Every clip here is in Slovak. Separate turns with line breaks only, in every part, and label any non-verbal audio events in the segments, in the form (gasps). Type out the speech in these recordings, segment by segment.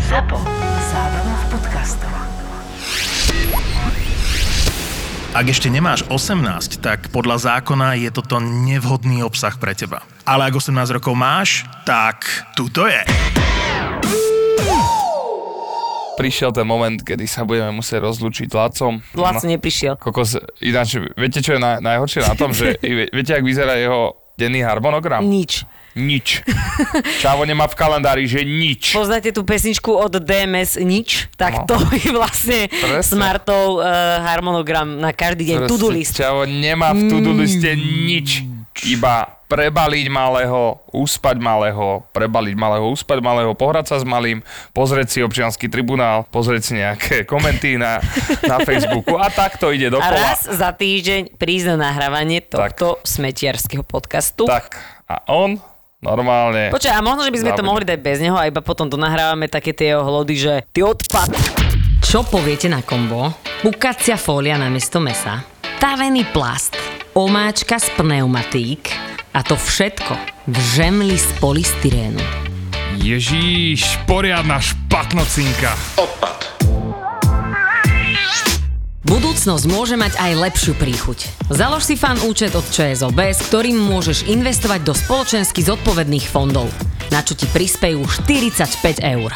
ZAPO. Zábrná v podcastov.
Ak ešte nemáš 18, tak podľa zákona je toto nevhodný obsah pre teba. Ale ak 18 rokov máš, tak tuto je.
prišiel ten moment, kedy sa budeme musieť rozlúčiť Lacom.
Laco neprišiel.
Kokos, ináč, viete, čo je na, najhoršie na tom,
(laughs)
že vie- viete, ak vyzerá jeho denný harmonogram?
Nič. (laughs)
Nič. Čavo nemá v kalendári, že nič.
Poznáte tú pesničku od DMS Nič? Tak to je vlastne
No. Presne.
Smartov uh, harmonogram na každý deň. To-do
Proste
list.
Čavo nemá v to-do liste nič. Iba prebaliť malého, uspať malého, prebaliť malého, uspať malého, pohrať sa s malým, pozrieť si občianský tribunál, pozrieť si nejaké komenty na,
(laughs)
na Facebooku a takto ide
A
dokola.
raz za týždeň prísť na nahrávanie tohto smetiarského podcastu.
Tak a on normálne...
Počkaj, a možno, že by sme to
Závidím.
mohli dať bez neho a iba potom donahrávame také tie jeho hlody, že ty odpad. Čo poviete na kombo? Bukacia fólia na miesto mesa, tavený plast, omáčka z pneumatík a to všetko v žemli z polystyrénu.
Ježíš, poriadna špatnocinka.
Budúcnosť môže mať aj lepšiu príchuť. Založ si fan účet od ČSOB, s ktorým môžeš investovať do spoločensky zodpovedných fondov, na čo ti prispejú 45 eur.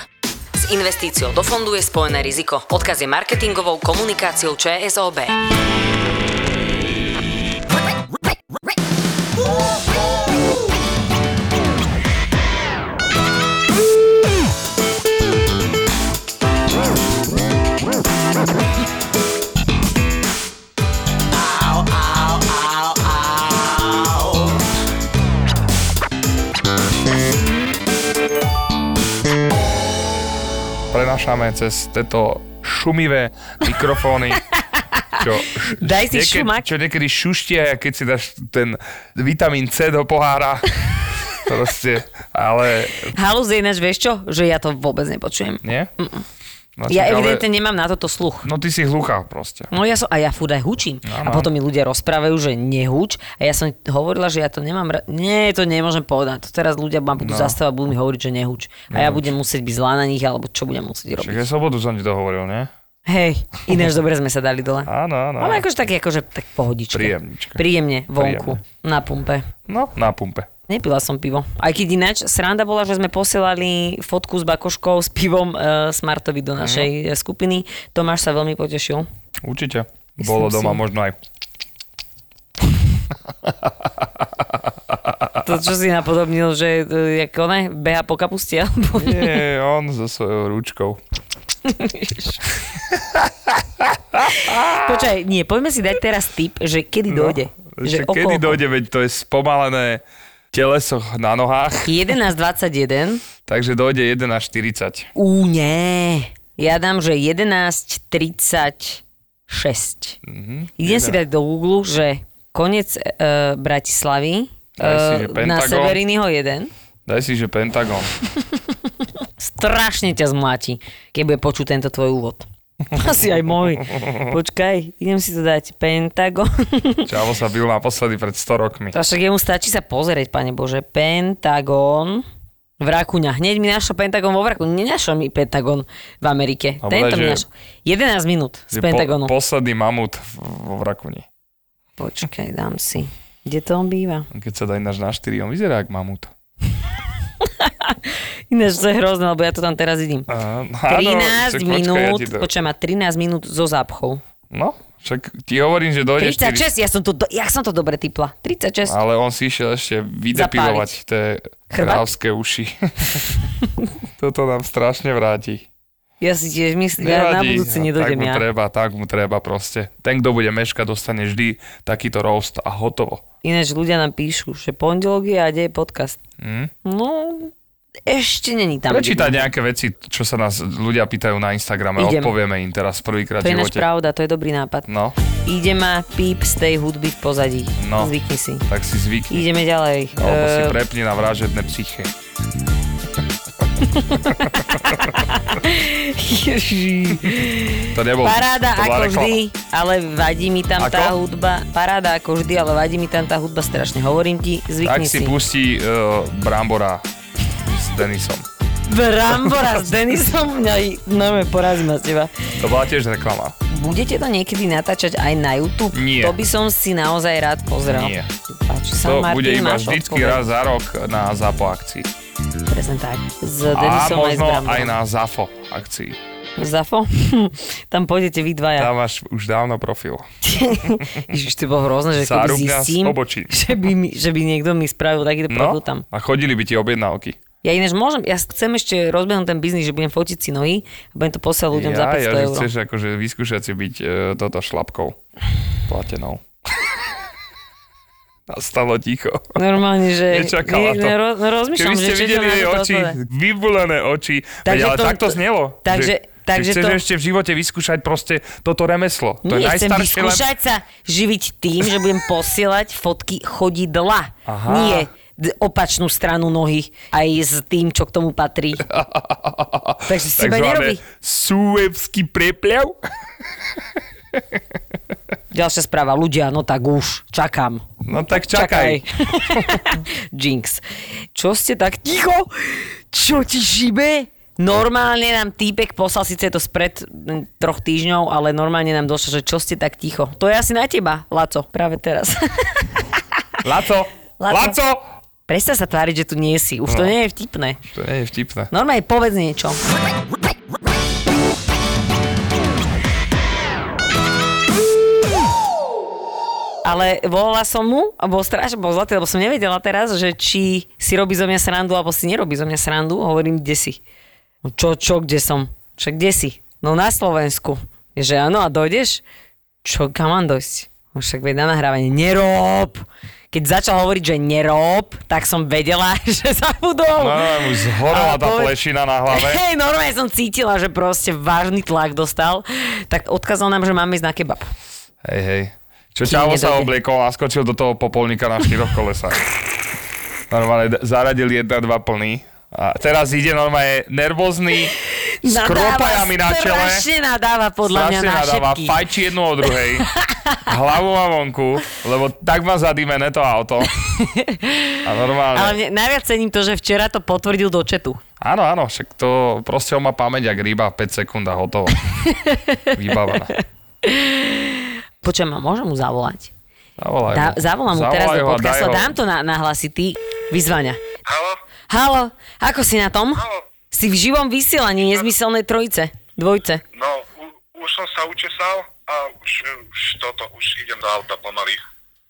S investíciou do fondu je spojené riziko. Odkaz je marketingovou komunikáciou ČSOB.
Prenašame cez tieto šumivé
(laughs)
mikrofóny. Čo, š-
Daj si
niekedy,
šumak.
Čo niekedy šuštia, keď si dáš ten vitamín C do
(laughs)
pohára. Proste, ale
Halus je ináč, vieš čo? Že ja to vôbec nepočujem.
nie? No,
Ja
čak, ale-
evidentne nemám na toto sluch.
No ty si hluchá proste.
No ja som, a ja furt aj hučím.
Áno.
A potom mi ľudia rozprávajú, že nehuč. A ja som hovorila, že ja to nemám... ra- Nie, to nemôžem povedať. To teraz ľudia ma budú no. zastavať, budú mi hovoriť, že nehuč. A ja budem musieť byť zlá na nich, alebo čo budem musieť robiť.
Však aj sobotu som ti to hovoril, nie?
Hej, ináč dobre sme sa dali dole.
Áno, áno.
Ale akože tak, akože tak pohodička.
Príjemnička.
Príjemne, vonku, na pumpe.
No, na pumpe.
Nepila som pivo. Aj keď ináč, sranda bola, že sme posielali fotku s bakoškou s pivom e, Smartovi
Mhm.
do našej e, skupiny. Tomáš sa veľmi potešil.
Určite. Bolo
Myslím
doma
si.
možno aj...
To, čo si napodobnil, že e, jak one beha po kapuste, (laughs) alebo
Nie, on so svojou ručkou.
Počkaj, nie, poďme si dať teraz tip, že kedy dojde. že
No, Že kedy dojde, veď to je spomalené teleso na nohách,
11.21.
takže dojde 1 až 40.
Ú, nie. Ja dám, že 11.36.
Mhm.
Idem si dať do Google, že koniec e, Bratislavy
Daj si, že
e, na
Pentagon.
Severinyho 1.
Daj si, že Pentagon.
Strašne ťa zmláti, keď bude počuť tento tvoj
(laughs)
úvod. Asi aj môj. Počkaj, idem si to dať. Pentagon.
Čavo sa bil naposledy pred 100 rokmi.
To však jemu stačí sa pozrieť, pane Bože. Pentagon v Rakuňa. Hneď mi našiel Pentagon vo Vraku. Nenašiel mi Pentagon v Amerike.
A
Tento
bodaj,
mi
že-
našiel. 11 minút
Že
z Pentagonu.
Po, posledný mamut v- vo Vrakuni.
Počkaj, dám si. Kde to on býva?
Keď sa dá ináč na 4, on vyzerá ako mamut.
Ináč to je hrozné, lebo ja to tam teraz vidím.
Uh,
13 minút,
Ja ti to...
počkaj, má 13 minút zo zápchou.
No, však ti hovorím, že dojde 40.
36, ja som to, do, ja som to dobre typla. 36.
Ale on si išiel ešte vydepilovať tie
Chrbát?
krávské
(laughs)
uši. Toto nám strašne vráti.
Ja si tiež myslím, ja na
Nevadí, a
budúci
tak
nedojdem
mu
ja.
treba, tak mu treba proste. Ten, kto bude meškať, dostane vždy takýto roast a hotovo.
Ináč ľudia nám píšu, že pondelok je a kde je podcast.
Hm?
No, ešte není tam.
Prečítať nejaké veci, čo sa nás ľudia pýtajú na Instagrame,
Idem.
odpovieme im teraz prvýkrát
To
v
je náš
živote.
pravda, to je dobrý nápad.
No,
Ide ma píp z tej hudby v pozadí.
No.
Zvykni si.
tak si zvykni.
Ideme ďalej.
Alebo si
Eh,
prepni na vražedné psyche. (laughs)
ježi.
To nebol,
Paráda
to bola
ako
reklama.
vždy, ale vadí mi tam
Ako?
tá hudba. Paráda ako vždy, ale vadí mi tam tá hudba strašne. Hovorím ti,
Tak
zvykni
si
si.
pustí uh, Brambora s Denisom. (laughs)
Brambora s Denisom, mňa i- normálne porazí ma z teba.
To bola tiež reklama.
Budete to niekedy natáčať aj na YouTube?
Nie.
To by som si naozaj rád pozrel.
Nie.
Páči sa,
To
Martin,
bude iba
máš
vždycky
odpoveď.
raz za rok na ZAPO akcii.
Presne tak. S
A
Denisom aj s
možno aj
Bramborom.
na ZAFO akcii.
Zafo? (laughs) Tam pôjdete vy dvaja.
Tam máš už dávno profil.
Ježiš, to bolo hrozné, že keby
Zárubňa z
zistím,
obočí.
že by, mi, že by niekto mi spravil takýto
No,
profil tam.
a chodili by ti objednávky.
Ja ináč môžem, ja chcem ešte rozbehnúť ten biznis, že budem fotiť si nohy a budem to posielať ľuďom za
Ja,
500
ja, že
eur.
chceš akože vyskúšať si byť e, toto šlapkou. Platenou. (laughs) Nastalo ticho.
Normálne, že...
Nečakala
nie,
to.
ne, ro- no, rozmýšľam,
Keby ste
že čo
videli
to na
jej
to
oči,
odpoveda.
vybulené oči,
Takže
takže ale
to-
takto znelo.
takže-
že,
takže
že chceš
to-
ešte v živote vyskúšať proste toto remeslo. To je
Nie, chcem
najstaršie lem- (laughs)
vyskúšať sa živiť tým, že budem posielať fotky chodidla.
Aha.
Nie d- opačnú stranu nohy aj s tým, čo k tomu
(laughs)
patrí. Takže si iba
Takzvané
nerobí.
Suevský preplav.
Ďalšia správa. Ľudia, no tak už. Čakám.
No tak (laughs) čakaj.
Jinx. Čo ste tak ticho? Čo ti šibe? Normálne nám týpek poslal, síce je to spred mm, troch týždňov, ale normálne nám došlo, že čo ste tak ticho. To je asi na teba, Laco, práve teraz. (laughs)
Laco,
Laco.
Laco!
Prestaň sa tváriť, že tu nie si. Už to
No.
nie je vtipné.
To nie je vtipné.
Normálne povedz niečo. Ale volala som mu a bol strašne bol zlatý, lebo som nevedela teraz, že či si robí zo mňa srandu, alebo si nerobí zo mňa srandu. Hovorím, kde si? No Čo, čo, kde som? Však kde si? No na Slovensku. Je, Že áno, a dojdeš? Čo, kam mám dojsť? No Však veď na nahrávanie, nerob! Keď začal hovoriť, že nerob, tak som vedela, (laughs) že zabudol.
No, mu zhorela
Ale
tá
poved-
plešina na hlave.
Hej, normálne som cítila, že proste vážny tlak dostal, tak odkázal nám, že máme ísť na kebab.
Hej, hej. Čo
Kým
ťavo sa
nedojde.
obliekol a skočil do toho popolníka na štyroch kolesách. Normálne d- zaradil jedna, dva plný. A teraz ide normálne nervózny, s kropajami na čele.
strašne nadáva podľa mňa
strašne
na
nadáva,
všetkých.
fajči jednu o
(laughs)
druhej. Hlavu má vonku, lebo tak má zadýmené to auto. A normálne.
Ale mne, najviac cením to, že včera to potvrdil do četu.
Áno, áno, však to proste on má pamäť, ak ryba 5 sekúnd a
(laughs)
hotovo. Vybavená.
Počujem, ma môžem mu zavolať?
Zavolaj
Dá, zavolám mu
Zavolaj
teraz
ho
do
a daj
podcastu,
ho.
dám to na, nahlasiť, ty vyzvania. Halo? Halo, ako si na tom?
Halo.
Si v živom vysielaní nezmyselnej trojice, dvojce.
No, u, už som sa učesal a už, už toto, už idem do auta pomaly.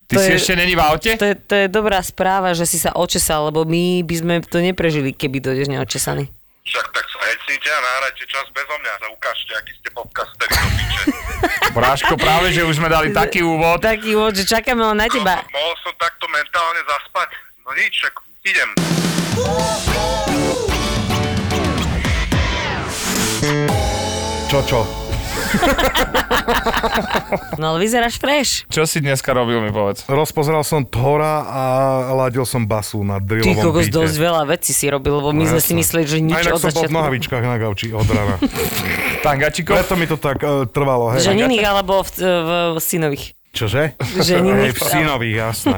Ty
To
si
je-
ešte není v aute?
To je, to je dobrá správa, že si sa očesal, lebo my by sme to neprežili, keby dojdeš neočesaný.
Však tak sa hecnite a nahrajte čas bezo mňa a ukážte, aký ste podcasteri do piče.
(laughs)
Bráško, práve, že už sme dali taký úvod.
Taký úvod, No že čakáme len na teba.
No, Mohol som takto mentálne zaspať? No nič, však idem.
Čo, čo?
No ale vyzeráš fresh.
Čo si dneska robil, mi povedz.
Rozpozeral som Thora a ladil som basu na
Ty
drillovom
kokos
beate.
dosť veľa vecí si robil, lebo my sme si
No, jasné.
mysleli, že
A
nič
inak
od
som bol v
začiatku.
nohavičkách na gauči od
(laughs)
rana.
Tangačiko?
Preto mi to tak e, trvalo, hej.
Ženiných alebo v, e, v, v synových.
Čože?
Ženiny.
Hej, v synových, jasné.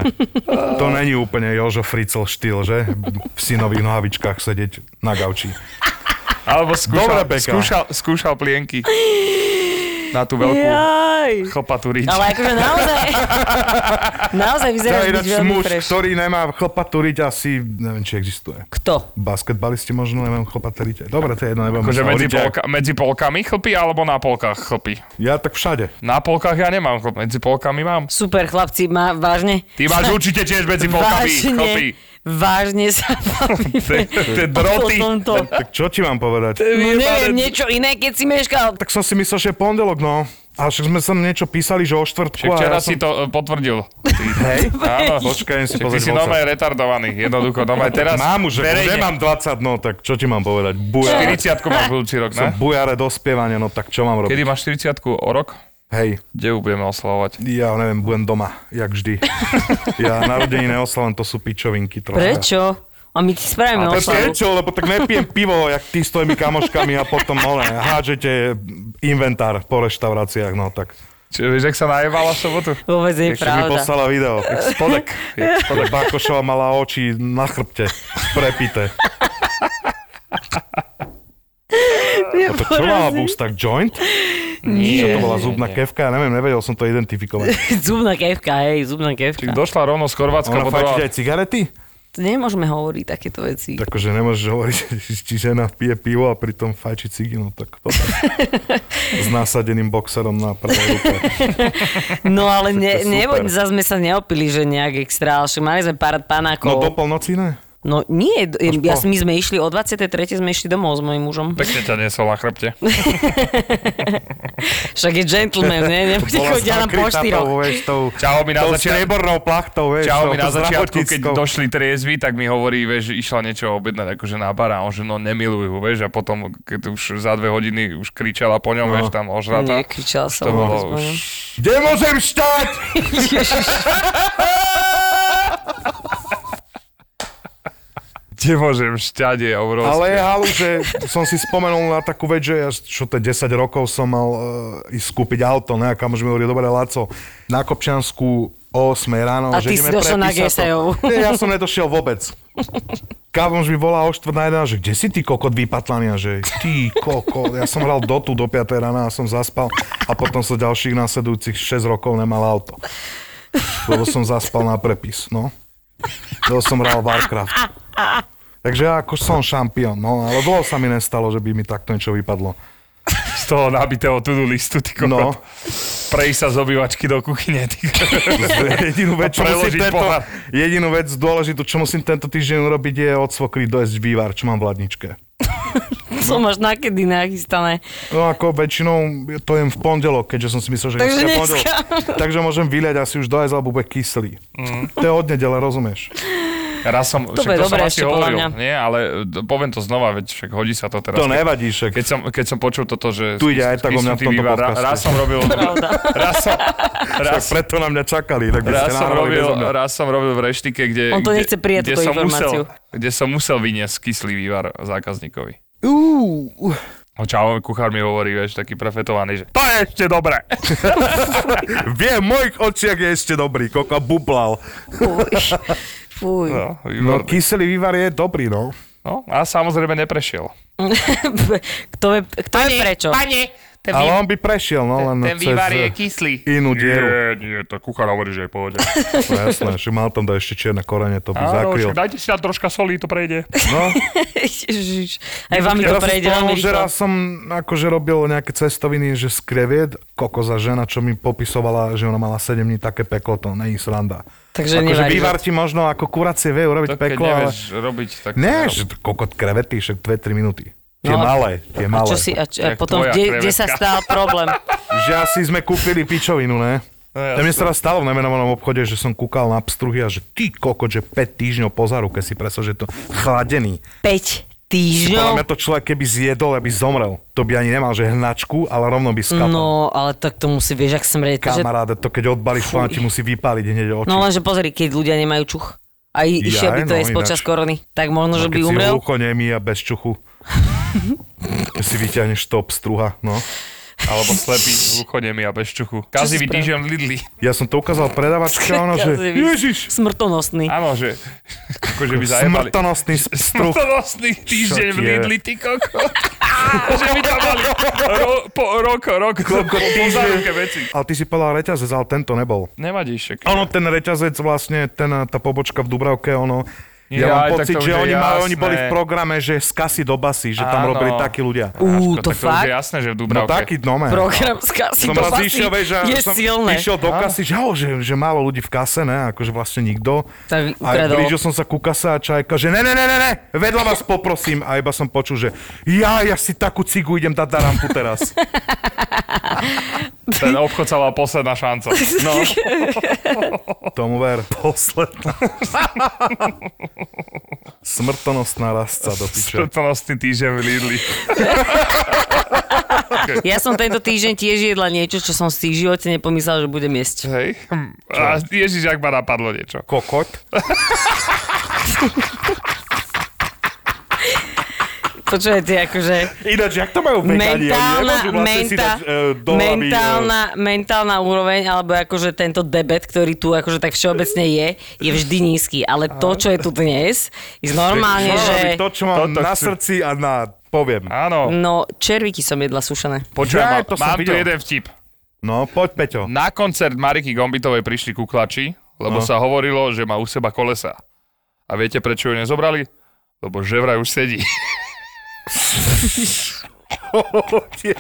To není úplne Jožo Fricel štýl, že? V synových nohavičkách sedieť na gauči.
Alebo skúšal,
Dobre, Peka.
skúšal, skúšal plienky. Na tú veľkú
Jaj.
chlpatú rič.
Ale akože naozaj,
(laughs)
naozaj
To
vyzeráš
je
byť
ináč
veľmi
muž,
fresh.
ktorý nemá chlpaturiť asi, neviem, či existuje.
Kto?
Basketbalisti možno, neviem, chlpaturiť. Dobre, to je jedno, neviem.
Akože
sa
medzi,
hovoríte.
polka, medzi polkami chlpy alebo na polkách chlpy?
Ja tak všade.
Na polkách ja nemám chlpy, medzi polkami mám.
Super, chlapci, má, vážne.
Ty
(laughs)
máš určite tiež medzi polkami
Vážne,
chlpy.
vážne
(laughs)
sa bavíme
Tie droty.
o tomto.
Tak čo ti mám povedať?
No neviem, niečo iné, keď si meškal.
Tak som si myslel, že je pondelok, no. A však sme sem niečo písali, že o
Čiže
štvrtku. a
včera
ja som...
si to e, potvrdil. Ty. Hej? Áno,
Počkaj, idem si
Čiže ty
pozrieť
si
WhatsApp.
normálne retardovaný, jednoducho. Normálne teraz
Mám už, že
verejne.
nemám 20, no tak čo ti mám povedať? Bujare.
40 máš budúci rok,
Som
ne?
bujare do spievania, no tak čo mám robiť?
Kedy máš 40 o rok?
Hej,
Kde ju budeme oslavovať?
ja neviem, budem doma, jak vždy. ja narodení neoslavujem, to sú pičovinky trochu.
Prečo? A my ti spravíme
Ale
oslavu.
prečo? Lebo tak nepijem pivo, jak ty s tvojimi kamoškami a potom ole, hádžete inventár po reštauráciách, no tak.
Čiže vieš, ak sa najevala v sobotu?
Vôbec nie je
Ešte mi
pravda.
poslala video.
Spodek.
Podľa Bakošova mala oči na chrbte, prepité. A to čo mala v ústach? Joint? Čo
Nie.
to bola zubná kevka? Ja neviem, nevedel som to identifikovať.
(laughs) Zubná kevka, hej, zubná kevka.
Došla rovno z Chorvátska,
Ona
potrebovala-
fajčiť aj cigarety?
Nemôžeme hovoriť takéto veci. Tak.
Takže Akože nemôžeš hovoriť, (laughs) či žena pije pivo a pritom fajči ciginu. Tak to S nasadeným boxerom na prvej ruke.
No ale
(laughs) to
ne,
je
nebo,
super.
zase sme sa neopili, že nejak extra, ale však mali sme pár panákov.
No do polnoci ne?
no nie, d-
Až
ja,
po.
my sme išli o 23. sme išli domov s mojim mužom.
Pekne ťa nesol na chrbte.
Však je gentleman,
(laughs)
ne? Nebude
Bola
chodiť nám po
nakrytá
štyroch.
tou, vieš, tou,
Čau mi na
tou
začiatku.
striebornou plachtou, vieš. no,
Čau
tou-
mi na
tou
začiatku, keď
zdravotníckou.
došli triezvy, tak mi hovorí, vieš, že išla niečo objednať akože na bar a on že no nemilujú, vieš, a potom keď už za dve hodiny už kričala po ňom, no. vieš, tam ožrata.
Nekričal
To
som.
bolo už...
vôbec, no.
Kde môžem štať?
(laughs) Kde môžem šťade, obrovské.
Ale je halu, že som si spomenul na takú vec, že ja, čo to je, 10 rokov som mal uh, ísť kúpiť auto, ne? A kamož mi hovorí, dobre, Laco, na Kopčansku o 8 ráno,
A
že
ty si
ideme
došiel na E
prepísať to.
GSO.
(laughs) Nie, ja som nedošiel vôbec. Kámoš mi volá o štvrt na jeden, že kde si ty kokot vypatlaný? A že ty kokot, ja som hral dotu do 5 rána a som zaspal a potom som ďalších následujúcich 6 rokov nemal auto. Lebo som zaspal na prepis, no. Lebo som hral Warcraft. Takže ja ako som šampión, no, ale dlho sa mi nestalo, že by mi takto niečo vypadlo.
Z toho nabitého to-do listu, ty
No,
kokot. No. Prejsť sa z obývačky do kuchyne, ty
(laughs)
kokot.
jedinú vec, čo
A
musím
preložiť
tento,
pohár.
jedinú vec dôležitú, čo musím tento týždeň urobiť, je odsvokriť dojesť vývar, čo mám v ladničke.
(laughs) Som až nakedy nachystané.
No ako väčšinou to jem v pondelok, keďže som si myslel, že
Takže
je
dneska.
pondelok. Takže môžem vyliať asi už dojesť, alebo bude kyslý.
Mhm.
To je od nedele, rozumieš?
Raz som, však
bude
to som
dobré
asi
ešte, podľa
hovoril,
mňa.
nie, ale d- poviem to znova, veď však hodí sa to teraz.
To nevadí však.
Keď som, keď som počul toto, že...
Tu ide aj tak o mňa v tomto podcaste.
Raz som
(laughs)
robil...
(laughs)
Raz som,
Tak
raz,
preto na mňa čakali, tak by ste
raz, som
nahrali
robil,
bezo mňa.
raz som robil v reštike, kde...
On to
kde-
nechce prijať,
kde
túto
som
informáciu.
Musel, kde som musel vyniesť kyslý vývar zákazníkovi. A čau, kuchár mi hovorí, vieš, taký prefetovaný, že to je ešte (laughs) dobré.
V jej mojich očiach je ešte dobrý, koľko bublal.
Fuj. Fuj.
No,
No
výborný.
kyselý vývar je dobrý, no.
no a samozrejme neprešiel.
(laughs) Kto vie, kto vie prečo?
Pane, ten,
Ale on by prešiel, no len cez
kyslý.
inú dieru.
Nie, nie, to kuchár hovorí, že je v
(laughs)
pohode.
No jasné, že mal tam dať ešte čierne korene, to by
Áno, však
zakryl.
dajte si tam troška solí, to prejde.
No,
(laughs) Ježiš. Aj vám to
ja som
prejde veľmi
spomenul, že
rýchlo.
raz som akože robil nejaké cestoviny, že z kreviet, kokoza žena, čo mi popisovala, že ona mala 7 dní také peklo, to není sranda.
Takže
akože
nevarí.
vývar ti možno ako kuracie vie urobiť
To keď
peklo, ale...
nevieš robiť, tak...
Ne,
nerob.
že kokot krevety, však 2-3 minúty. Tie
No a-
malé, tie
A
malé.
čo si, a, čo, a
Jak
potom,
tvoja
kde, kde sa
krevetka.
stal
(laughs)
problém?
Že asi sme kúpili pičovinu, ne?
No,
Ja mne sa raz stalo v nemenovanom obchode, že som kúkal na pstruhy a že ty kokot, že 5 týždňov po záruke si presol, že je to chladený.
5
Podľa mňa
týždňov?
to človek keby zjedol, aby zomrel. To by ani nemal, že hnačku, ale rovno by skapal. No.
No, ale tak to musí, vieš, ak smrieť. Takže,
Kamaráde, to keď odbalíš, to ti musí vypáliť hneď oči.
no lenže pozri, keď ľudia nemajú čuch. A i-
Jaj,
išiel by to
no,
jesť počas
ináč. No,
korony. Tak možno, že by
keď
umrel.
si ucho nemí a bez čuchu. Keď si vyťahneš to obstruha, no.
Alebo slepý, gluchonemia a bez čuchu. Kazivý týždeň v Lidli.
Ja som to ukázal predavačke, a ona, že
Kazivý.
ježiš,
Smrtonosný.
Áno, že akože by zajebali.
smrtonosný
(laughs)
struh.
Smrtonosný týždeň
Čo
v
tie?
Lidli, ty kokot. (laughs) že by tam mali ro, po, rok, rok, po, po záruke veci.
Ale ty si povedal reťazec, ale tento nebol.
Nevadí však.
Ono, ten reťazec vlastne, ten, tá pobočka v Dubravke, ono, ja,
Ja,
mám
aj tak
pocit,
to už
že
je
oni, mali, oni
jasné.
boli v programe, že z kasy do basy, že tam
Áno.
robili takí ľudia.
No
Ú, to
tak to už
fakt?
je jasné, že v
No
Dubravke.
taký dome.
Program z kasy
Som
do
raz
basy
išiel, vieš, a
je
som
silné.
išiel do kasy, že, oh, že, že málo ľudí v kase, ne, akože vlastne nikto.
Tak
a
ukradol.
blížil som sa ku kase a čajka, že ne, ne, ne, ne, ne, vedľa vás poprosím. A iba som počul, že ja, ja si takú cigu idem dať na rampu
(laughs)
teraz.
Ten obchod sa volá posledná (laughs) šanca. No,
Tomu ver. Posledná. (laughs) Smrtonosná rastca do piče.
smrtonosný týždeň v Lidli.
Ja som tento týždeň tiež jedla niečo, čo som si v živote nepomyslela, že budem jesť.
Hej. A Ježiš, ak ma napadlo niečo.
Kokot.
Počujete, akože...
Ináč, jak to majú vegani?
Mentálna,
Nemôžu vlastne si
mentá-
dať eh, do hlavy, eh,
mentálna, mentálna úroveň, alebo akože tento debet, ktorý tu akože tak všeobecne je, je vždy nízky. Ale to, čo je tu dnes, je normálne,
Čo
že...
robí no, to, čo mám
Toto
na
chcú.
srdci a na... Poviem.
Áno,
No, červíky som jedla sušené.
počujem,
Jaj,
mám,
to som
mám tu
videl.
jeden vtip.
No, poď, Peťo.
Na koncert Mariky Gombitovej prišli kuklači,
No.
lebo sa hovorilo, že má u seba kolesa. A viete, prečo ju nezobrali? Lebo že vraj už sedí.
To No, je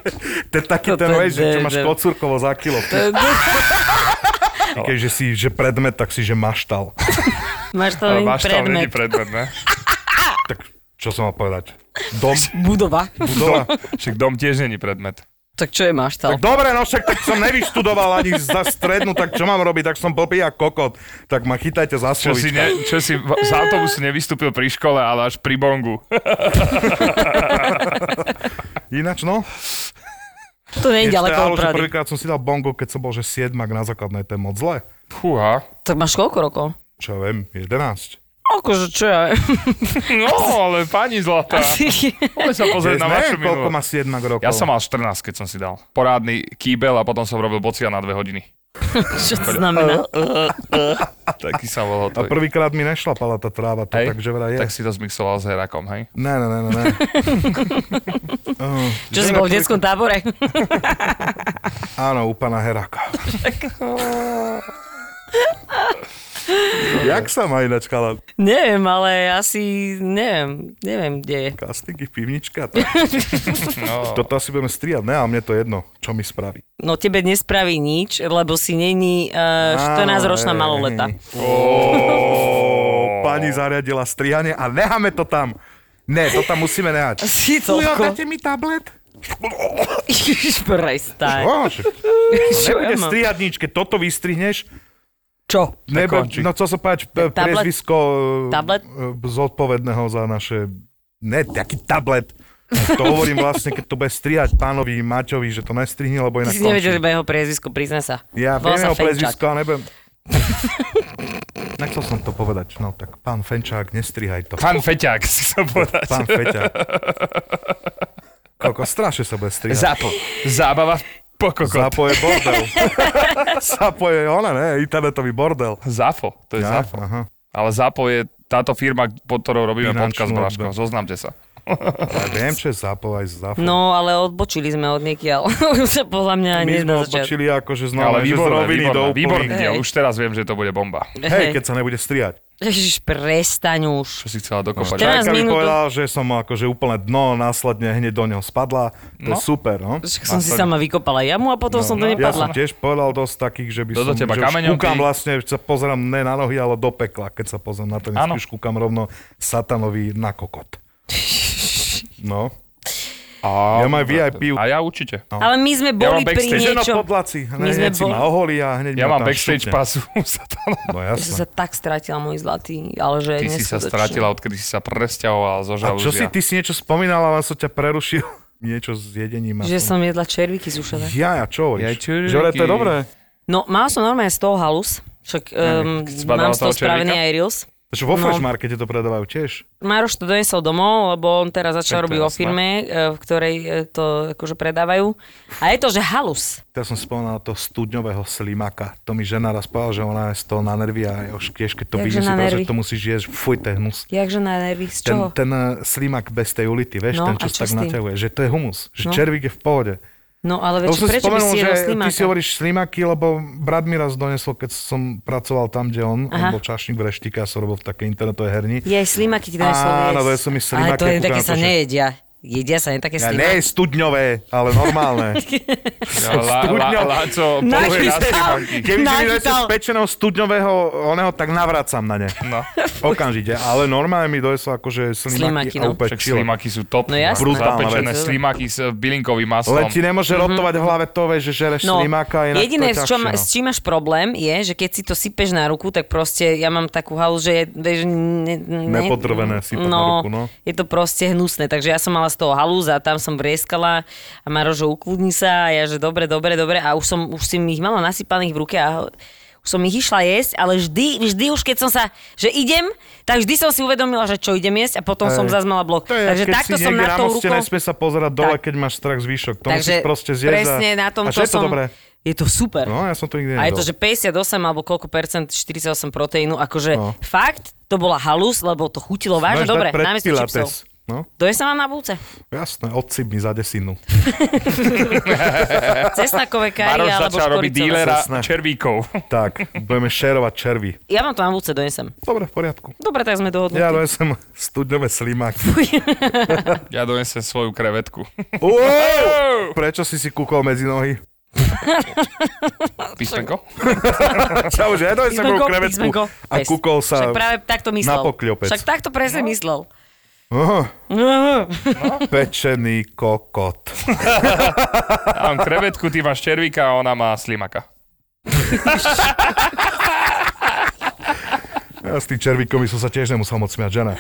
taký
Toto
ten
je
vej, že čo máš
debil.
kocúrkovo za kilo. Keďže si že predmet, tak si že maštal.
Máš to
(laughs) Ale
len
máš tam není predmet,
predmet.
ne?
Tak čo som mal povedať? Dom,
Budova.
budova.
Však dom tiež není predmet.
Tak čo je máš tam?
Tak dobre, no však tak som nevyštudoval ani za strednú, tak čo mám robiť, tak som popíja kokot. Tak ma chytajte za
Čo si,
slovíčka.
ne, čo si v- z autobusu nevystúpil pri škole, ale až pri bongu.
Ináč, no.
To nie je ďaleko od
Stálo, že
pravdy.
prvýkrát som si dal bongo, keď som bol, že siedmak na základnej, to je moc zle.
Fúha.
Tak máš koľko rokov?
Čo ja viem, 11.
Akože čo ja...
(laughs)
No, ale pani zlatá.
Asi...
Poďme sa pozrieť na
Neviem,
vašu
koľko
minulú.
má siedmak rokov.
Ja som mal 14, keď som si dal. Porádny kýbel a potom som robil bocia na dve hodiny.
čo to znamená?
Taký som bol
A
hotový.
prvýkrát mi nešlapala tá tráva, to
Hej,
takže vraj je.
tak si to zmixoval s herakom, hej?
Ne, ne, ne,
(laughs)
ne, ne. Uh,
Čo si
ideme
bol v
prvý-
detskom tábore? (laughs)
Áno, u pana
(laughs)
Heraka. Jak sa má ináč chala?
neviem, ale asi... Neviem. Neviem, kde je.
Castingy, pivnička? Tak.
No.
(laughs) Toto asi budeme striať, ne? A mne to jedno, čo mi spraví.
No tebe nespraví nič, lebo si není uh, 14-ročná
Áno,
maloleta. (laughs)
hej. Ó, (laughs) Pani zariadila strihanie a necháme to tam. Ne, to tam musíme nehať.
Si
Ujo,
toľko.
dáte mi tablet?
Prestaj.
Ó, že-
Čo ja
Nebude
mám?
strihať nič, keď toto vystrihneš,
Čo?
Nebo, no co sa páči, p-
Tablet?
priezvisko e,
Tablet?
e, zodpovedného za naše, ne, taký tablet. To hovorím vlastne, keď to bude strihať pánovi Maťovi, že to nestrihne, lebo
Ty
inak
si nevedel
končí.
iba jeho priezvisko, prizna sa. Volal
Ja
sa
viem jeho
Fenčák.
priezvisko, ale nebudem... Nechcel som to povedať, no tak pán Fenčák, nestrihaj to.
Pán Feťák, (laughs) si chcel povedať.
Pán Feťák. Koľko strašne sa bude strihať.
Zapo. Zábava v pokokot.
Zapo je
(laughs)
bordel. Zapo je ona, ne, internetový bordel.
Zafo, to je
Ja,
Zafo.
aha.
Ale Zapo je táto firma, pod ktorou robíme
Finančnú
podcast,
odbe-
Braško. Zoznamte sa.
Ja viem, čo je Zapo aj Zafo.
No, ale odbočili sme od niekiaľ. (laughs) Už sa podľa mňa
My
hneď
sme
na začiatku.
odbočili akože
Ale
znova, že z
výborné,
roviny
výborné,
do úplných.
výborný
Hej.
diel. Už teraz viem, že to bude bomba.
Hej, keď sa nebude striať.
Ježiš, prestaň už.
Čo si chcela dokopať?
Teraz
Čajka mi
minútu.
povedala, že som akože úplne dno, následne hneď do neho spadla. To je super, no.
Však som si sama vykopala jamu a potom som to
Ja som
nepadla.
tiež povedal dosť takých, že by
To do
som...
teba
že
kameňom,
už kúkam
ty-
vlastne, sa pozerám ne na nohy, ale do pekla, keď sa pozerám na tenisky,
Áno.
už kúkam rovno satanovi na
(laughs)
kokot. No,
A,
ja mám VIP.
a ja určite.
No,
Ale my sme boli
mám
pri
backstage,
Ženo
niečom.
podlaci,
My sme
hneď si
bol-
ma oholí a hneď
Ja mám
ma tam
backstage
šupne.
pasu. (laughs) satana.
No
Ja som sa
jasné.
tak stratila, môj zlatý, ale že
Ty si sa
neskutočne.
stratila, odkedy si sa presťahovala zo
A čo si,
žalúzia.
ty si niečo spomínala, ale som ťa prerušil. (laughs) Niečo s jedením. a
Že
to-
som jedla červíky sušené.
Ja, ja, čo
Ja,
hovoríš?
čo
Že ale to je
taký-
dobré.
No, mala som normálne z toho halus, však um,
spadalo
mám z
toho
toho
červíka?
spravený aj reels.
Takže
No.
vo Fresh Markete to predávajú tiež.
Maroš to donesol domov, lebo on teraz
Tak to
začal
je
robiť vo
jasné.
firme, e, v ktorej e, to akože predávajú. A je to, že halus.
Ja som spomínal to studňového slimaka. To mi žena raz povedala, že ona je z toho na nervy a už tiež keď to
Jakže
vidíš, si
na
povedal,
nervy?
že to musíš jesť. Fuj, to je hnus.
Jakže na nervy, z
Ten,
čoho?
ten eh, slimak bez tej ulity, vieš,
No,
ten,
a
čo
čo
sa
s
tak
tým?
naťahuje, že to je humus,
No.
že červík je v pohode.
No ale veď,
Lebo som si
prečo by
spomenul,
si
že
jedol
ty si
slimáka?
hovoríš slimaky, lebo brat mi raz donesol, keď som pracoval tam, kde on, on
Aha.
bol čašník v reštike, ja som robil v takej internetovej herni.
Jej, slimaky ti donesol
Áno,
jesť.
to sú mi slimaky,
Ale to je
ako
také
tam
sa
akože-
nejedia. Jedia sa, nie také
Ja
slimáky.
ne studňové, ale
(laughs)
normálne.
Ja, la, la,
Studňa.
Láco,
Na
pozri na
chystal.
slimanky.
Keby si mi dojete
Nachytal.
pečeného studňového oného, tak navracam na ne.
No,
Okamžite, ale normálne mi dojeslo akože
Slimaky,
slimaky,
no.
a úplne
však
chillo.
slimaky sú top.
No jasné.
Brutálna
Zapečené
vec.
slimaky s bylinkovým maslom.
Len ti nemôže rotovať v hlave to, vieš, že žereš
Mhm. No,
slimaka, inak
jediné,
to je
s, čom,
ťažšie, no.
s čím máš problém, je, že keď si to sypeš na ruku, tak proste ja mám takú halu, že je, vieš, ne, ne,
Nepodrvené sypať na ruku, no.
Je to proste hnusné, takže ja som mala z toho halúz a tam som vrieskala a Marožo, ukludni sa a ja, že dobre, dobre, dobre a už som, už si ich mala nasypaných v ruke a ho- už už som ich išla jesť, ale vždy, vždy už keď som sa, že idem, tak vždy som si uvedomila, že čo idem jesť a potom som zase mala blok.
To je,
Takže
keď
takto
si
som
niekde
na
na
tou
moste
rukou...
nesmie sa pozerať dole,
Tak.
keď máš strach z výšok. To musíš
Takže
proste zjezť. a-
presne na tom,
a čo je to
som...
dobré?
Je to super.
No, ja som to nikdy
A je
nejedol.
to, že 58 alebo koľko percent, 48 proteínu, akože
No.
fakt, to bola halus, lebo to chutilo vážne
Máš dať
dobre,
pred
namiesto
Pilates.
čipsov.
No,
To je sa vám na búce.
jasné, odsyp mi za desinu.
Cesnakové kari
Maroš
alebo
začal robiť
škoricové.
dílera
Cesnak.
červíkov.
Tak, budeme šerovať červy.
Ja vám to na búce donesem.
Dobre, v poriadku.
Dobre, tak sme dohodnutí.
Ja som studňové
(laughs)
slimáky.
(laughs) Ja donesem svoju krevetku.
Wow! Prečo si si kúkol medzi nohy? (laughs)
Písmenko?
Čau, že jedno som
Písmenko,
krevetku
písmenko.
a
Pes.
kúkol
Však
sa...
práve takto myslel.
na pokliopec.
Však takto presne myslel.
Aha, pečený kokot.
Ja mám krevetku, ty máš červíka a ona má slimaka.
Ja s tým červíkom by som sa tiež nemusel moc smiať, že ne?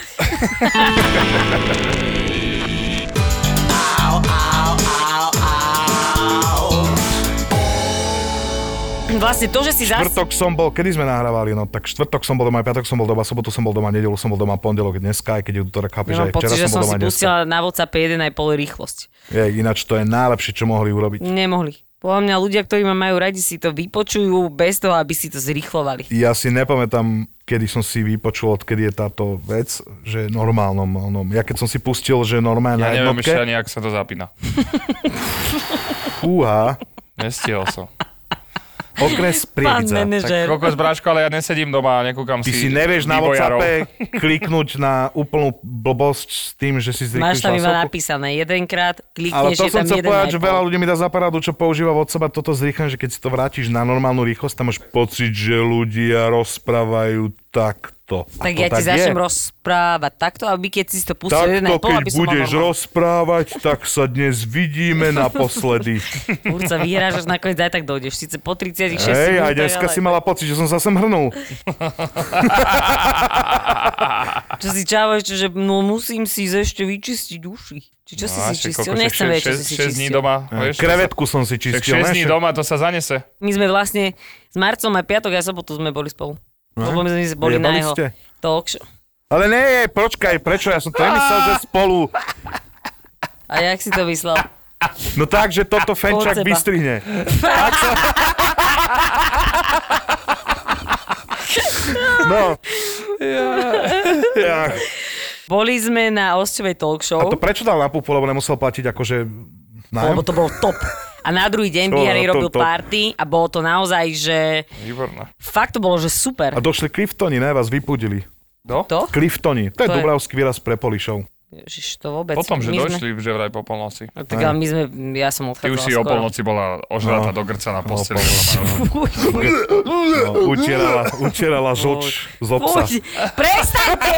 Vlastne to, že si zas...
Štvrtok som bol, kedy sme nahrávali, no tak štvrtok som bol doma, piatok som bol doma, sobotu som bol doma, nedelu som bol doma, pondelok dneska, aj keď je útorok, chápeš,
Ja
že aj
mám
včera
No, pocit, že
som
som
bol
si
doma dneska.
pustila na WhatsApp 1,5 rýchlosť.
Je, ináč to je najlepšie, čo mohli urobiť.
Nemohli. Podľa mňa ľudia, ktorí ma majú radi, si to vypočujú bez toho, aby si to zrýchlovali.
Ja si nepamätám, kedy som si vypočul, odkedy je táto vec, že normálnom, onom. Ja keď som si pustil, že normálne
Ja
na
neviem
jednotke,
ešte ani, ak sa to zapína.
fúha,
Nestihol
(laughs)
som.
okres
Pán
Prievidza.
Tak
manažer.
kokos bráško, ale ja nesedím doma a nekúkam
Ty
si
si nevieš na
vývojarov.
WhatsAppe kliknúť na úplnú blbosť s tým, že si
Máš
zrikneš
tam iba
hlasovku.
napísané jedenkrát,
Ale
klikneš,
to
je tam
som chcel
jeden
povedať, že
iPhone.
veľa ľudí mi dá za parádu, čo používa WhatsApp a toto zrýchlené, že keď si to vrátiš na normálnu rýchlosť, tam máš pocit, že ľudia rozprávajú takto. A
Tak
to
ja ti
No je.
začnem rozprávať takto, aby keď si to pustil jeden aj
Takto,
pol,
keď
aby som
budeš
mal normálne.
rozprávať, tak sa dnes
(laughs)
vidíme naposledy.
Furt sa vyhrážaš, nakoniec aj tak dojdeš. Sice po 36
Hej, a
minútach,
dneska
ale-
si mala pocit, že som sa sem hrnul.
Čo si čavo ešte, že no musím si ešte vyčistiť uši. Či čo si
No,
si
však
čistil?
kokos,
Nechcem
šesť-
vedieť, čo
šesť-
si si
šesť dní
čistil.
doma, vieš?
Eh, Krevetku som si
Tak
čistil.
6 dní
ne?
doma, to sa zanese.
My sme vlastne s Marcom aj piatok a sobotu sme boli spolu. Lebo my sme boli na
No. Jebali
jeho
ste?
talk show.
Ale nie, počkaj, prečo?
(laughs)
Ja som to nemyslel, že spolu.
A jak si to myslel?
No tak, že toto Fenčak
seba. (laughs)
vystrihne. No. Ja.
Boli sme na osťovej talk show,
A to prečo dal na pupu, lebo nemusel platiť akože nájom?
lebo to bol top. A na druhý deň
Čo,
Biary
na tom
robil
top?
party a bolo to naozaj, že
Výborné.
fakt to bolo, že
A
super.
došli Cliftoni, ne? Vás vypudili.
No?
To?
Cliftoni. To je
To je-
dubravský výraz pre polišov.
Ježiš, to vôbec.
Potom, že
My sme-
došli, že vraj po polnoci.
No, Tak ale my sme, ja som
Ty
odchádzala
už si o
skoro. (laughs)
polnoci bola ožratá do grca na posteli. lebo-
(laughs) No, utierala, utierala žlč z obsa.
Fuj, prestaňte!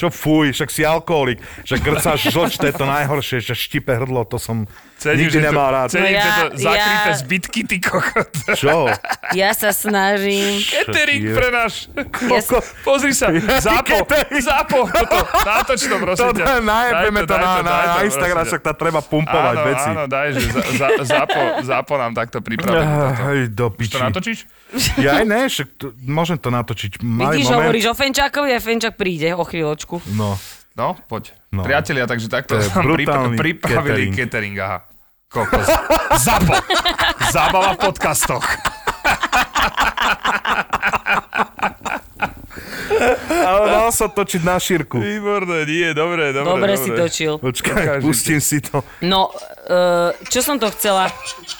Čo fuj, však si alkoholik. Však grcáš žlč, to je to najhoršie, že štipe hrdlo, to som
Cením, že
nikdy
to-
nemal rád.
Cením
No ja-
tieto zakryté
ja-
zbytky, ty kokot.
Čo?
Ja sa snažím.
Catering pre náš.
Ja sa,
Pozri sa,
(laughs)
zápo,
catering.
zápo, toto, nátočno, prosím
To
ťa.
daj- najebeme
Daj
to
daj
na,
daj
na, na
to,
Instagram,
prosím
však
ťa.
tam treba pumpovať
Áno,
veci.
áno, daj, že za, za, zápo, zápo nám takto pripravil.
Aj, do
Čo
piči.
natočíš?
Ja aj ne, však to, môžem to natočiť. Malý
vidíš,
moment.
hovoríš o Fenčákovi a Fenčák príde o chvíľočku.
No,
No, poď.
No.
Priatelia, takže takto
To je
nám
brutálny
pripra- pripravili
catering.
catering. aha. Kokos. Zapo. Zábava v podcastoch.
ale dal sa točiť na šírku.
Výborné, nie, dobre, dobre.
Dobre si točil.
Počkaj, pustím si to.
No, e, čo som to chcela?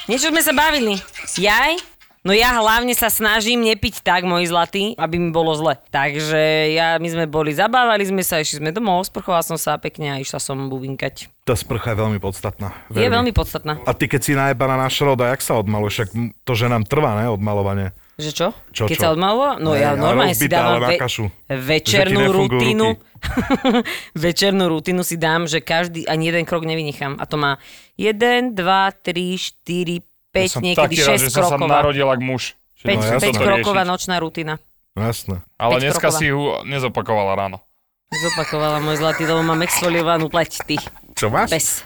Niečo sme sa bavili. Jaj? No ja hlavne sa snažím nepiť tak, môj zlatý, aby mi bolo zle. Takže ja, my sme boli, zabávali sme sa, išli sme domov, sprchovala som sa pekne a išla som bubinkať.
Tá sprcha je veľmi podstatná.
Je veľmi podstatná.
A ty keď si najebaná na šroda, jak sa odmaluješ? Však m- to, že nám trvá, ne, odmalovanie.
Že čo?
Čo,
Keď
čo?
sa odmalovala? No
Ne,
ja
ale
normálne si
rozbitá,
dávam
ale na
ve-
kašu. Že ti
večernú
nefungujú
rutinu. (laughs) večernú rutinu si dám, že každý, ani jeden krok nevynechám. A to má 1, 2, 3, 4, 5, niekedy
že
6
som sa
kroková. 5,
narodil ako muž. Že
Päť-
musím
päť
toto
kroková
riešiť.
nočná rutina.
No jasné.
Ale
päť
dneska
kroková.
si ju nezopakovala ráno.
Zopakovala môj zlatý, lebo mám exfoliovanú pleť, ty.
Čo máš?
(laughs)
Pes. (laughs)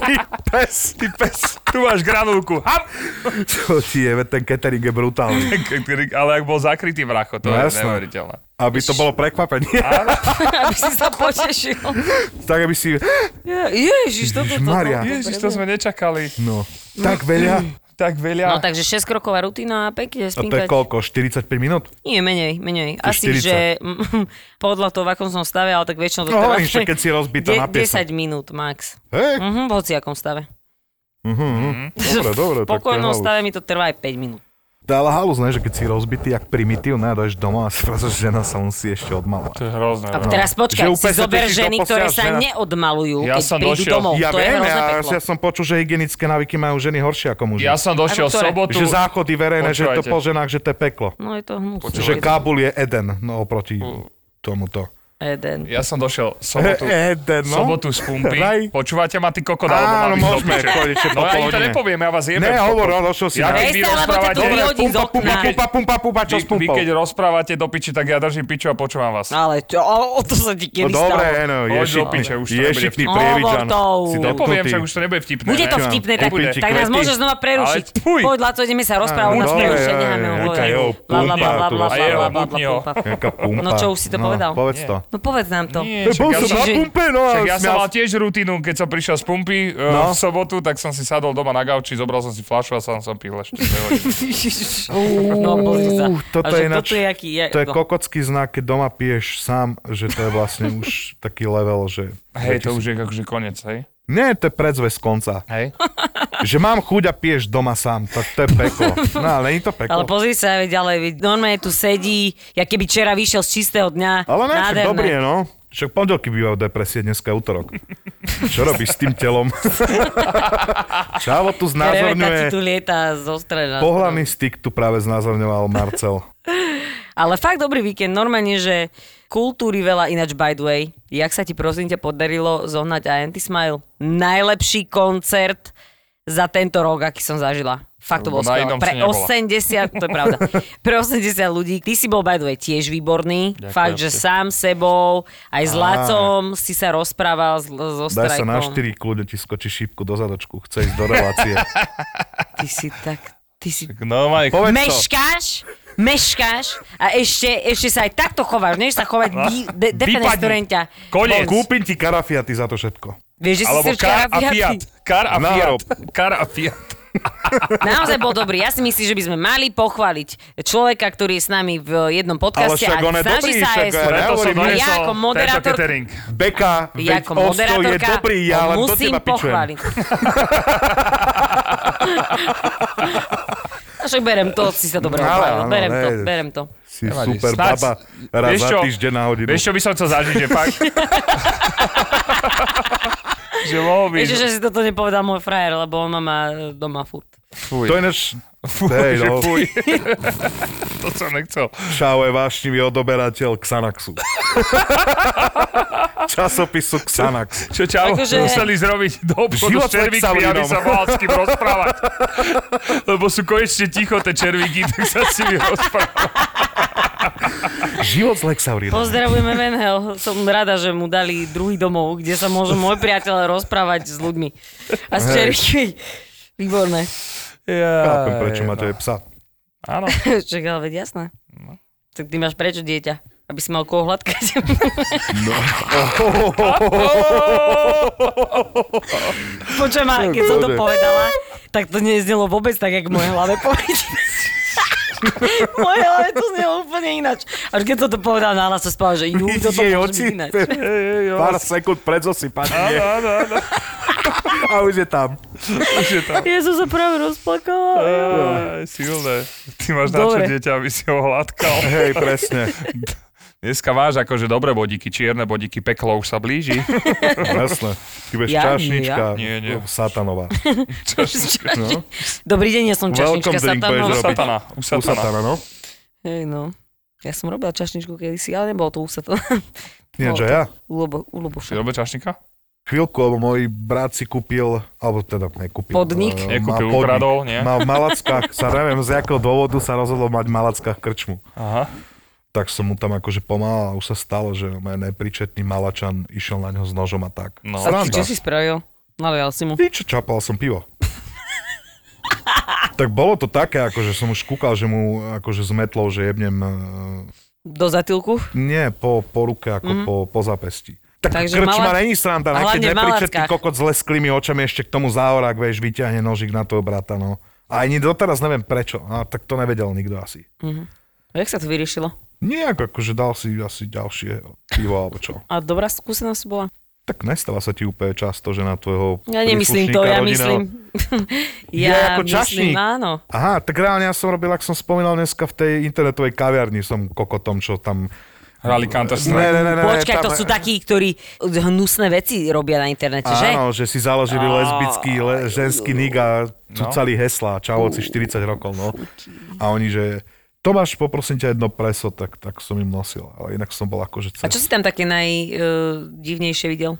Ty pes, ty pes. Tu máš granulku. Hap!
Čo ti je, veď ten catering je brutálny.
(laughs) Ale ak bol zakrytý vracho, to
No
je
jasné.
neuveriteľné.
Aby to bolo prekvapenie.
Aby si sa potešil.
(laughs) tak, aby si...
Je- Ježiš, toto to...
Maria.
Ježiš, to sme nečakali.
No, tak veľa.
Tak
No
veľa.
takže 6 kroková rutina, pekne
A to je
spinkať.
koľko? 45 minút?
Nie, menej, menej.
To
Asi,
40.
že (laughs) mm, podľa toho, v akom som stave, ale tak väčšinou to
No,
trvá
hovorím, že
(laughs)
keď si rozbitá na piesok.
10 minút max.
Hej,
Mhm, v hociakom stave.
Mhm,
Mhm.
dobre, dobre.
V pokojnom stave mi to trvá aj 5 minút.
Ale halus, ne, že keď si rozbitý, jak primitív, ne, dáš doma a si (laughs) proste žena sa musí ešte odmala.
To je hrozné.
A teraz počkaj,
Že
si
úplne sa
zober
tešíš do
ženy, ktoré
posiaľ,
sa
žena.
neodmalujú,
Ja
keď
som
prídu
došiel.
domov.
Ja
to je
viem,
hrozné
ja,
peklo.
ja som počul, že hygienické návyky majú ženy horšie ako muži.
Ja som došiel v
Áno, ktoré?
sobotu.
Že záchody verejné, že je to
Počúvajte.
po ženách, že to je peklo.
No je to hnusné.
Že Kábul je Eden, no oproti tomuto.
Jeden.
Ja som došiel Mm. sobotu.
Eden, no.
Sobotu z pumpy.
Raj.
Počúvate ma, ty kokot,
Áno,
alebo mám ísť
môžeme,
do piče?
konečne
No ja im to
popoludne.
nepoviem, ja vás jebem.
Ne,
kokot.
hovor, no, rozšiel si.
Ja
na-
keď vy
Prestaň, lebo to
rozprávate...
tu
Dobre,
vyhodí z
pumpa,
okna.
pumpa, pumpa, pumpa, pumpa, čo
Vy,
s
vy
pumpou?
keď rozprávate do piči, tak ja držím piču a počúvam vás.
Ale čo, o, o to sa ti
No
kedy stalo.
dobre, no, je
Poď do
šikný.
piče, už to
Je
nebude
šikný
vtipné.
prievidžan.
Hovor to.
Si
Nepoviem,
dotknutý.
však už to nebude vtipné.
Bude to
ne?
vtipné, tak,
Kúpim ti
tak nás
kvety.
môže znova prerušiť.
Ale fuj.
Poď, Laco, ideme sa rozprávať,
Áno,
nás
dobre,
prerušia,
aj,
necháme ho
aj,
hovoriť.
aj, jo,
Bla, bla, bla, bla,
putni ho,
bla,
a jeho,
bla, bla, bla,
putni ho.
pumpa.
Jaká pumpa.
No čo, už si to
No,
povedal?
Povedz
Nie.
to.
No povedz nám to.
Nie,
E,
však
Bol
ja
som
som-
na
Čiže-
pumpe, no a
Však ja som
smial
mal tiež rutinu, keď som prišiel z pumpy e, v
No.
sobotu, tak som si sadol doma na gauči, zobral som si fľašu a sám som pil ešte. dve
(laughs)
hodiny.
(laughs) No, pozri sa.
Uú, toto
A že
je ináč-
toto je aký, je-
To je
no.
kokocký znak, keď doma piješ sám, že to je vlastne už taký level, že...
Hej, to už je akože koniec, hej?
Nie, to je predzvesť konca.
Hej?
Že mám chuť a piješ doma sám, tak to je
(laughs)
peklo. No, ale nie je to peklo.
Ale pozri sa, veď ďalej, veď normálne tu sedí, ja keby včera vyšiel z čistého dňa,
Ale ne, však
nádherné.
dobrý je, no. Však pondelky bývajú depresie, dneska je útorok. Čo robíš s tým
(laughs)
telom? Čavo tu
Kreveta ti tu
znázorňuje,
lieta zo streda.
pohľadný styk tu práve znázorňoval Marcel.
Ale fakt dobrý víkend, normálne, že kultúry veľa, ináč by the way, jak sa ti prosím ťa podarilo zohnať aj Antismile? Najlepší koncert za tento rok, aký som zažila. Fakt to
Lebo
bol
na
skvelé.
inom
Pre
si nebola.
80, to je pravda, pre 80 ľudí. Ty si bol by the way tiež výborný. Ďakujem fakt, že sám sebou, aj s Lacom si sa rozprával s, so
Daj sa na
Strajkom.
4, kľudne ti skočí šípku do zadočku, chce ísť do
(laughs)
relácie.
Ty si tak, ty si
No, Mike.
Povedz to.
meškáš, meškáš a ešte, ešte sa aj takto chováš, než sa chovať di,
(laughs)
de, defenestorenťa.
Koniec.
Kúpim ti karafiaty za to všetko.
Vieš, že si
Alebo
srdčia
kar a Fiat. Kar a
Na
Fiat.
rob.
Kar a Fiat.
(laughs) Naozaj bol dobrý. Ja si myslím, že by sme mali pochváliť človeka, ktorý je s nami v jednom podcaste
však
a
on je
snaží
dobrý,
sa aj...
však on je-
Preto som
hovorím,
ja
donesol
ako
tento
moderátor-
catering.
Beka,
Ja
veď
ako
Osto je
moderátorka
dobrý,
ho
ja len do
musím
teba pičujem. (laughs)
pochváliť. A však berem to, si sa dobre
Ale
obhajil.
No, áno,
Berem to,
ne.
berem to.
Si
Nevadí,
super
snáď-
baba, raz
Vieš
za
čo?
týždeň na hodinu.
Vieš, čo by som chcel zažiť, že
(laughs)
fakt... že mohol by...
Vieš, že si toto nepovedal môj frajer, lebo on ma má e, doma furt.
Fuj.
To je než... Hej,
že
no,
fuj. to som nechcel.
Šau je vášnivý odoberateľ
(laughs)
Xanaxu. Časopisu Xanax.
Čo čavo
Akože-
museli zrobiť do obchodu
Život
s červíkmi,
Saurinom.
aby sa mal s kým
(laughs)
rozprávať. Lebo sú konečne ticho tie červíky, tak sa s nimi rozprávať.
Život s Lexaurinom.
Pozdravujeme Venhel. Som rada, že mu dali druhý domov, kde sa môžu môj priateľ rozprávať s ľuďmi. A s čerky. Výborné.
Ja,
Chápem, prečo máte aj psa.
Áno.
(laughs) Čak, ale veď jasné.
No.
Tak ty máš prečo dieťa? Aby si mal koho hladkať.
No.
(laughs) Počujem, ma, keď som to
Bože.
povedala, tak to neznelo vôbec tak, jak v mojej hlave povedať. moje hlave to znelo úplne ináč. Až keď som to povedal nahlas, som spala, že ju, toto
Jej
môže
oči.
byť ináč.
Pár sekúnd pred zosypaním je
Áno, áno.
a už je tam.
Už je tam.
Ja som sa práve rozplakala.
Aj, silné. Ty máš na čo
Dobre.
dieťa, aby si ho hladkal.
Hej, presne.
Dneska máš akože dobré bodiky, čierne bodiky, peklo už sa
(laughs)
blíži.
Jasné. Ty budeš
Ja?
čašnička
Nie, nie.
satanová.
Dobrý deň, ja som
Welcome
čašnička
drink budeš
no. U
satanov.
robiť.
satana, u
U
satana.
satana, no.
Hej, no. Ja som robila čašničku kedysi, ale nebolo to u satana.
Nie,
Bolo
že
to
ja.
(laughs) U, Lobo, u
Ty
Loboša.
robil čašníka?
Chvíľku, lebo môj brat si kúpil, alebo teda nekúpil.
Podnik?
eh,
Nekúpil,
mal podnik.
ukradol, nie?
Mal v Malackách, sa neviem z jakého dôvodu sa rozhodol mať v Malackách krčmu.
Aha.
tak som mu tam akože pomáhal a už sa stalo, že môj nepričetný malačan išiel na ňo s nožom a tak.
No.
A ty
Sranda.
čo si spravil? Nalial si mu.
Nič, čapal som pivo. tak bolo to také, akože som už kúkal, že mu akože zmetlo, že jebnem, e,
Do zatilku?
nie, po, po ruke, ako mm. po, po zapesti. Tak
Mhm. Takže
Takže krč ma
malá-
není sranda,
a
ne?
hlavne v
keď nepričetný
maláckach.
kokot s lesklými očami ešte k tomu záorák, vieš, vyťahne nožík na toho brata, no. A ani doteraz neviem prečo, a tak to nevedel nikto asi.
Jak sa to vyriešilo?
Nejak akože dal si asi ďalšie pivo alebo čo.
A dobrá skúsenosť bola?
Tak nestáva sa ti úplne často, že na tvojho
Ja nemyslím to,
príslušníka
ja
rodinného-
(laughs)
myslím.
Ja ako
myslím,
čašník.
áno.
Aha, tak reálne ja som robil, ak som spomínal dneska v tej internetovej kaviarni, som kokotom, čo tam...
Hrali Counter
Ne,
Strike.
ne, ne, ne,
Počkaj,
tam-
to sú takí, ktorí hnusné veci robia na internete, že?
Áno, že si založili lesbický, le, ženský nig
No.
a cucali heslá, čavoci 40 rokov, no. A oni, že Tomáš, poprosím ťa jedno preso, tak, tak som im nosil. Ale inak som bol akože
A čo si tam také najdivnejšie videl?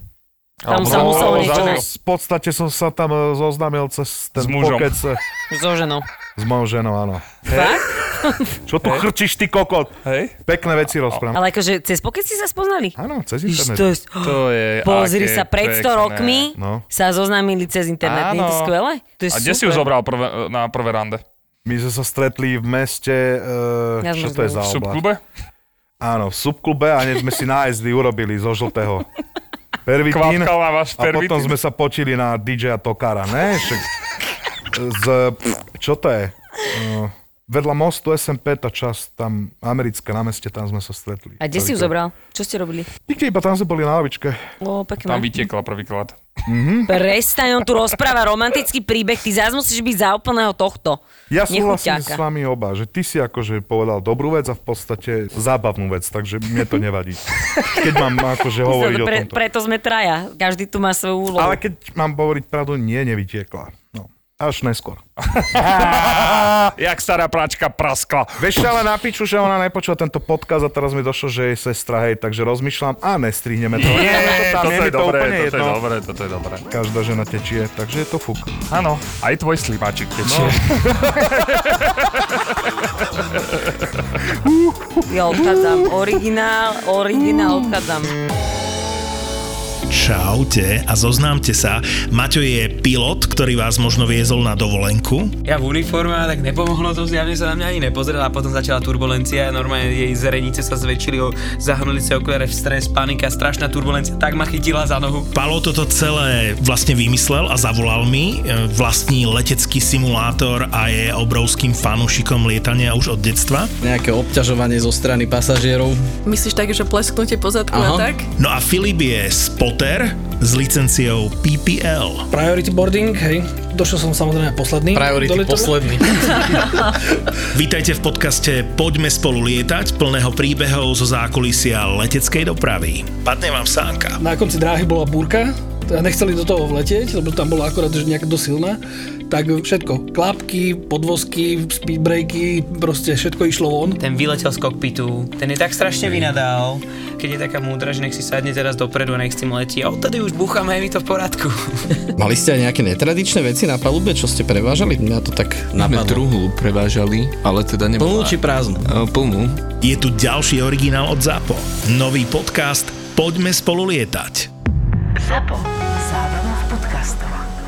Tam
Alebo
sa
za-
muselo
alebo
niečo
za-
nájsť.
V podstate som sa tam e, zoznámil cez ten
no, S mužom.
pokec e,
So ženou.
s mojou ženou, áno.
Fakt?
Čo
E?
tu hrčíš, ty kokot?
Hej?
Pekné veci rozprávam.
Ale akože cez pokec si sa spoznali?
Áno, cez
Iš, to
internet.
je...
To je...
(gasps) Pozri
aké
sa, pred
pekné.
100 rokmi
No.
sa zoznámili cez internet. Nie je to
Áno.
skvelé? To je
A kde si ju
super.
zobral prvé, na prvé rande?
My sme sa stretli v meste, e,
Ja
čo
som
to je
znovu-
za
V
oblasť?
subklube?
Hm?
Áno, v subklube a hneď sme si nájezdy urobili zo žltého. Pervitín.
Kvapkal na váš
A potom
pervitín.
sme sa počili na DJ-a Tokára, ne? Však, z, čo to je? Uh, vedľa mostu SMP, tá časť tam americká na meste, tam sme sa stretli.
A kde si ju
Prvýkrát.
zobral? Čo ste robili?
Nikde, iba tam sme boli na lavičke.
Tam
O, pekné.
vytiekla
(laughs)
prvýkrát.
Prestaň, on tu rozpráva romantický príbeh, ty zás musíš byť za úplného tohto.
Ja súhlasím s
Nechuťáka.
vami oba, že ty si akože povedal dobrú vec a v podstate zábavnú vec, takže mne to nevadí. Keď mám akože hovoriť o
Pre,
tomto.
preto sme traja. Každý tu má svoju úlohu.
Ale keď mám hovoriť pravdu, nie, nevytiekla. No. Až neskôr.
Jak stará práčka praskla.
Vieš, čo, ale na piču, že ona nepočula tento podcast a teraz mi došlo, že jej sestra, hej, takže rozmýšľam a nestrihneme (laughs) to. Nie,
(laughs) toto
je mi
je
to
dobré,
úplne
toto je
jedno.
dobré, toto je dobré.
Každá žena tečie, takže je to fuk.
Áno, aj tvoj slimáčik tečie. No.
Ja odchádzam. Originál, originál odchádzam.
Čaute a zoznámte sa. Maťo je pilot, ktorý vás možno viezol na dovolenku.
Ja v uniforme, tak nepomohlo to, zjavne sa na mňa ani nepozrela a potom začala turbulencia, normálne jej zrenice sa zväčšili, o- zahrnuli sa okuliare v stres, panika, strašná turbulencia, tak ma chytila za nohu.
Palo toto celé vlastne vymyslel a zavolal mi. E, Vlastní letecký simulátor a je obrovským fanúšikom lietania už od detstva.
Nejaké obťažovanie zo strany pasažierov.
Myslíš tak, že plesknutie pozadku
Aha.
a tak?
No a Filip je spotter s licenciou PPL.
Priority boarding, hej. Došiel som samozrejme posledný.
Priority
Doletel-
posledný.
Vítajte v podcaste Poďme spolu lietať, plného príbehov zo zákulisia leteckej dopravy. Padne vám sánka.
Na konci dráhy bola búrka, teda nechceli do toho vletieť, lebo tam bola akorát, že nejaká dosť silná, tak všetko, klapky, podvozky, speedbreaky, proste všetko išlo von.
Ten vyletel z kokpitu, ten je tak strašne vynadal, keď je taká múdra, že nech si sadne teraz dopredu a nech s tým letí. A odtedy už búchame, je mi to v poriadku.
Mali ste aj nejaké netradičné veci na palube, čo ste prevážali? Mňa to tak napadlo.
druhú prevážali, ale teda No,
Plnú či prázdnu?
Plnú.
Je tu ďalší originál od ZAPO. Nový podcast Poďme spolu lietať.
Zapo. Zábrná v podcastovách.